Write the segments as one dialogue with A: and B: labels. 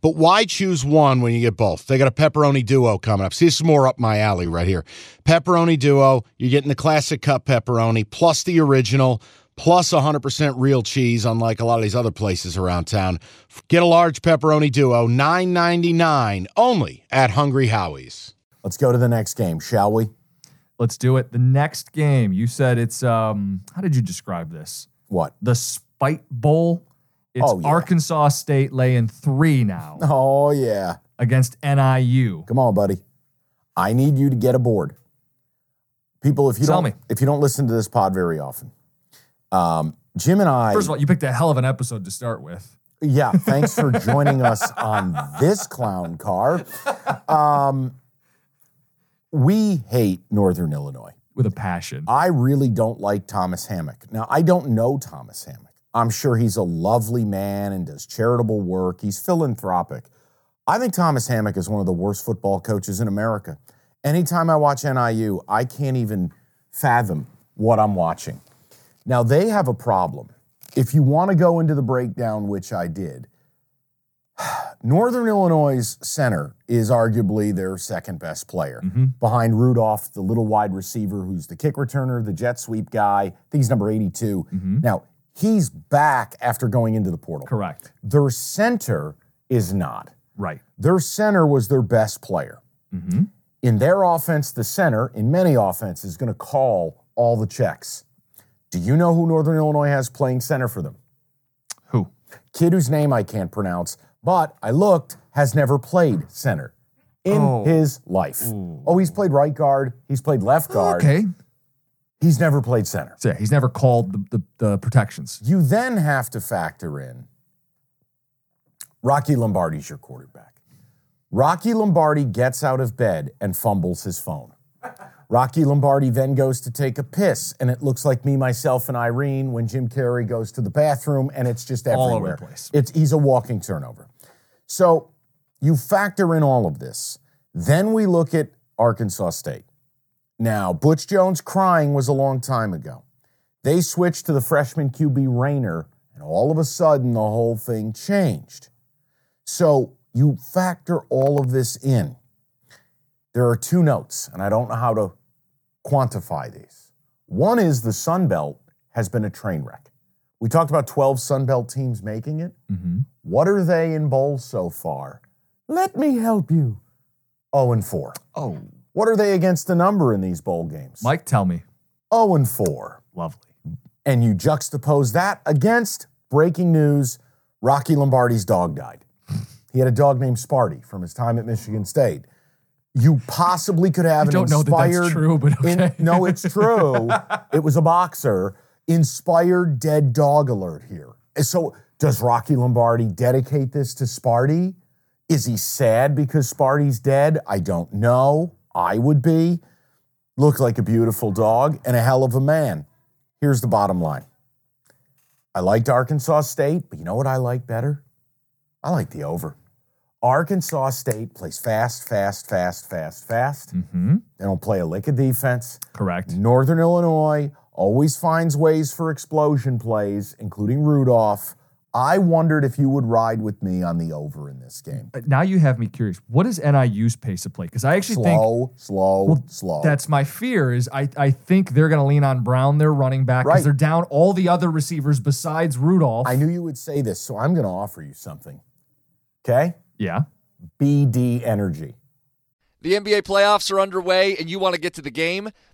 A: But why choose one when you get both? They got a pepperoni duo coming up. See, this is more up my alley right here. Pepperoni duo, you're getting the classic cup pepperoni plus the original plus 100% real cheese unlike a lot of these other places around town. Get a large pepperoni duo, 9.99 only at Hungry Howie's.
B: Let's go to the next game, shall we?
C: Let's do it. The next game, you said it's um how did you describe this?
B: What?
C: The Spite Bowl. It's
B: Oh, yeah.
C: Arkansas State laying 3 now
B: Oh yeah.
C: against NIU.
B: Come on, buddy. I need you to get aboard. People, if you
C: Sell
B: don't
C: me.
B: if you don't listen to this pod very often, um, Jim and I
C: First of all, you picked a hell of an episode to start with.
B: Yeah, thanks for joining us on this clown car. Um, we hate Northern Illinois.
C: with a passion.
B: I really don't like Thomas Hammock. Now, I don't know Thomas Hammock. I'm sure he's a lovely man and does charitable work. He's philanthropic. I think Thomas Hammock is one of the worst football coaches in America. Anytime I watch NIU, I can't even fathom what I'm watching. Now, they have a problem. If you want to go into the breakdown, which I did, Northern Illinois' center is arguably their second best player behind Rudolph, the little wide receiver who's the kick returner, the jet sweep guy. I think he's number 82. Now, he's back after going into the portal.
C: Correct.
B: Their center is not.
C: Right.
B: Their center was their best player.
C: Mm-hmm.
B: In their offense, the center, in many offenses, is going to call all the checks. Do you know who Northern Illinois has playing center for them?
C: Who?
B: kid whose name I can't pronounce, but I looked, has never played center in
C: Oh.
B: his life. Oh, he's played right guard, he's played left guard,
C: Okay.
B: he's never played center.
C: So yeah, he's never called the, the, the protections.
B: You then have to factor in Rocky Lombardi's your quarterback. Rocky Lombardi gets out of bed and fumbles his phone. Rocky Lombardi then goes to take a piss, and it looks like me, myself, and Irene when Jim Carrey goes to the bathroom, and it's just
C: All
B: everywhere.
C: over the place.
B: It's, he's a walking turnover. So you factor in all of this. Then we look at Arkansas State. Now, Butch Jones crying was a long time ago. They switched to the freshman QB Rayner, and all of a sudden the whole thing changed. So you factor all of this in. There are two notes, and I don't know how to quantify these. One is the Sun Belt has been a train wreck. We talked about 12 Sun Belt teams making it.
C: Mm-hmm.
B: What are they in bowls so far? Let me help you. 0 and 4.
C: Oh.
B: What are they against the number in these bowl games?
C: Mike, tell me.
B: 0 and 4
C: Lovely.
B: and you juxtapose that against breaking news Rocky Lombardi's dog died. He had a dog named Sparty from his time at Michigan State. You possibly could have
C: I
B: an
C: don't know that
B: inspired.
C: that's true, but
B: in-
C: okay.
B: no, it's true. it was a boxer. Inspired dead dog alert here. And So does Rocky Lombardi dedicate this to Sparty? Is he sad because Sparty's dead? I don't know. I would be. Looked like a beautiful dog and a hell of a man. Here's the bottom line. I liked Arkansas State, but you know what I like better? I like the over. Arkansas State plays fast, fast, fast, fast, fast.
C: Mm-hmm.
B: They don't play a lick of defense.
C: Correct.
B: Northern Illinois always finds ways for explosion plays, including Rudolph. I wondered if you would ride with me on the over in this game.
C: Uh, Now you have me curious. What is NIU's pace of play? Because I actually think
B: Slow, slow, slow.
C: that's my fear is I, I think they're going to lean on Brown, their running back, because
B: Right.
C: they're down all the other receivers besides Rudolph.
B: I knew you would say this, so I'm going to offer you something. Okay?
C: yeah.
B: BD Energy.
D: The NBA playoffs are underway and you want to get to the game.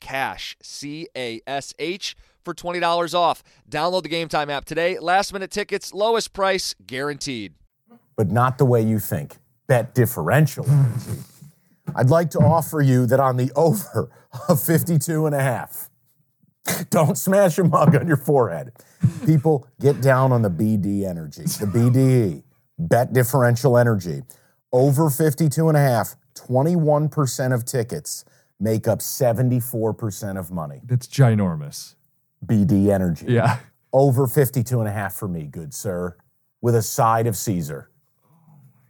D: cash c a s h for $20 off download the game time app today last minute tickets lowest price guaranteed
B: but not the way you think. Bet differential. energy. I'd like to offer you that on the over of 52 and a half. Don't smash a mug on your forehead. People get down on the BD energy, the BDE, bet differential energy. Over 52 and a half, 21% of tickets make up 74% of money.
C: That's ginormous.
B: BD energy.
C: Yeah.
B: Over 52 and a half for me, good sir, with a side of Caesar.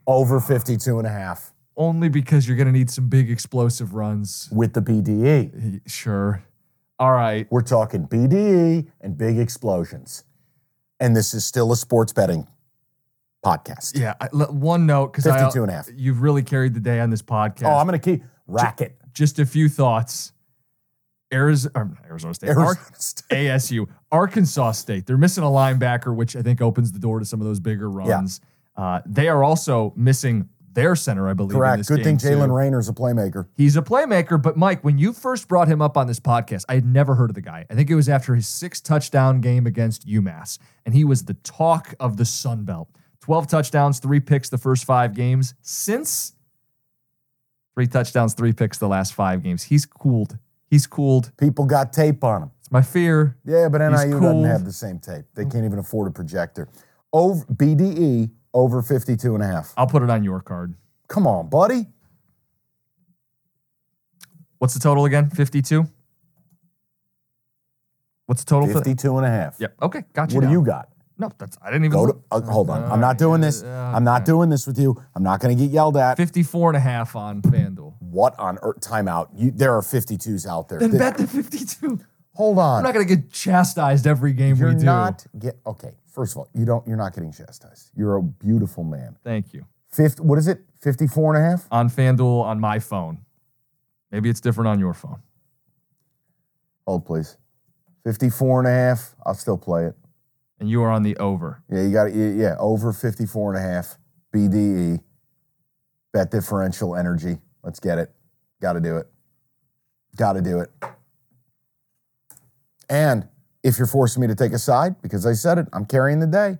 B: Over 52 and a half
C: Only because you're going to need some big explosive runs.
B: with the BDE.
C: Y- Sure. All right.
B: We're talking BDE and big explosions. And this is still a sports betting podcast.
C: Yeah. I, l- one note because
B: 52 and a half.
C: You've really carried the day on this podcast.
B: Oh, I'm going to keep racket.
C: Just a few thoughts. Arizona, um, Arizona State.
B: Arizona
C: Ar-
B: State.
C: ASU, Arkansas State. They're missing a linebacker, which I think opens the door to some of those bigger runs. Uh, they are also missing their center, I believe. in
B: Correct.
C: this
B: Good
C: game,
B: thing Jalen
C: too.
B: Rayner's a playmaker.
C: He's a playmaker, but Mike, when you first brought him up on this podcast, I had never heard of the guy. I think it was after his six touchdown game against UMass, and he was the talk of the Sun Belt. 12 touchdowns, three picks the first five games. Since three touchdowns, three picks the last five games. He's cooled. He's cooled.
B: People got tape on him.
C: It's my fear.
B: Yeah, but
C: He's
B: NIU
C: cool.
B: doesn't have the same tape. They can't even afford a projector. Over BDE E over 52 and a half.
C: I'll put it on your card.
B: Come on, buddy.
C: What's the total again? 52? What's the total for that?
B: 52 and a half.
C: Yep. Okay. Got you.
B: What do
C: now.
B: you got?
C: No, that's I didn't even
B: Go
C: look.
B: to, uh, hold on. I'm not doing this. I'm not doing this with you. I'm not going to get yelled at.
C: 54 and a half on FanDuel.
B: What on earth? Timeout. You, there are 52s out there.
C: Then
B: Th-
C: bet the 52.
B: hold on.
C: I'm not going to get chastised every game
B: you're
C: we do.
B: not get okay. First of all, you don't. You're not getting chastised. You're a beautiful man.
C: Thank you.
B: Fifth. What is it? 54 and a half.
C: On FanDuel on my phone. Maybe it's different on your phone.
B: Hold please. 54 and a half. I'll still play it.
C: And you are on the over.
B: Yeah, you got it. Yeah, over 54 and a half. BDE. Bet differential energy. Let's get it. Got to do it. Got to do it. And if you're forcing me to take a side, because I said it, I'm carrying the day.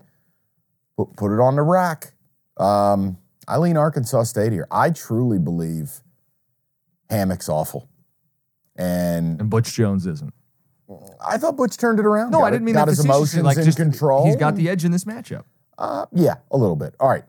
B: Put, put it on the rack. Um, I lean Arkansas State here. I truly believe Hammock's awful. And
C: And Butch Jones isn't.
B: I thought Butch turned it around.
C: No,
B: Got
C: I didn't
B: it-
C: mean
B: got
C: that
B: his
C: facetiously,
B: emotions
C: like
B: in
C: just
B: control.
C: He's got the edge in this matchup.
B: Uh, yeah, a little bit. All right.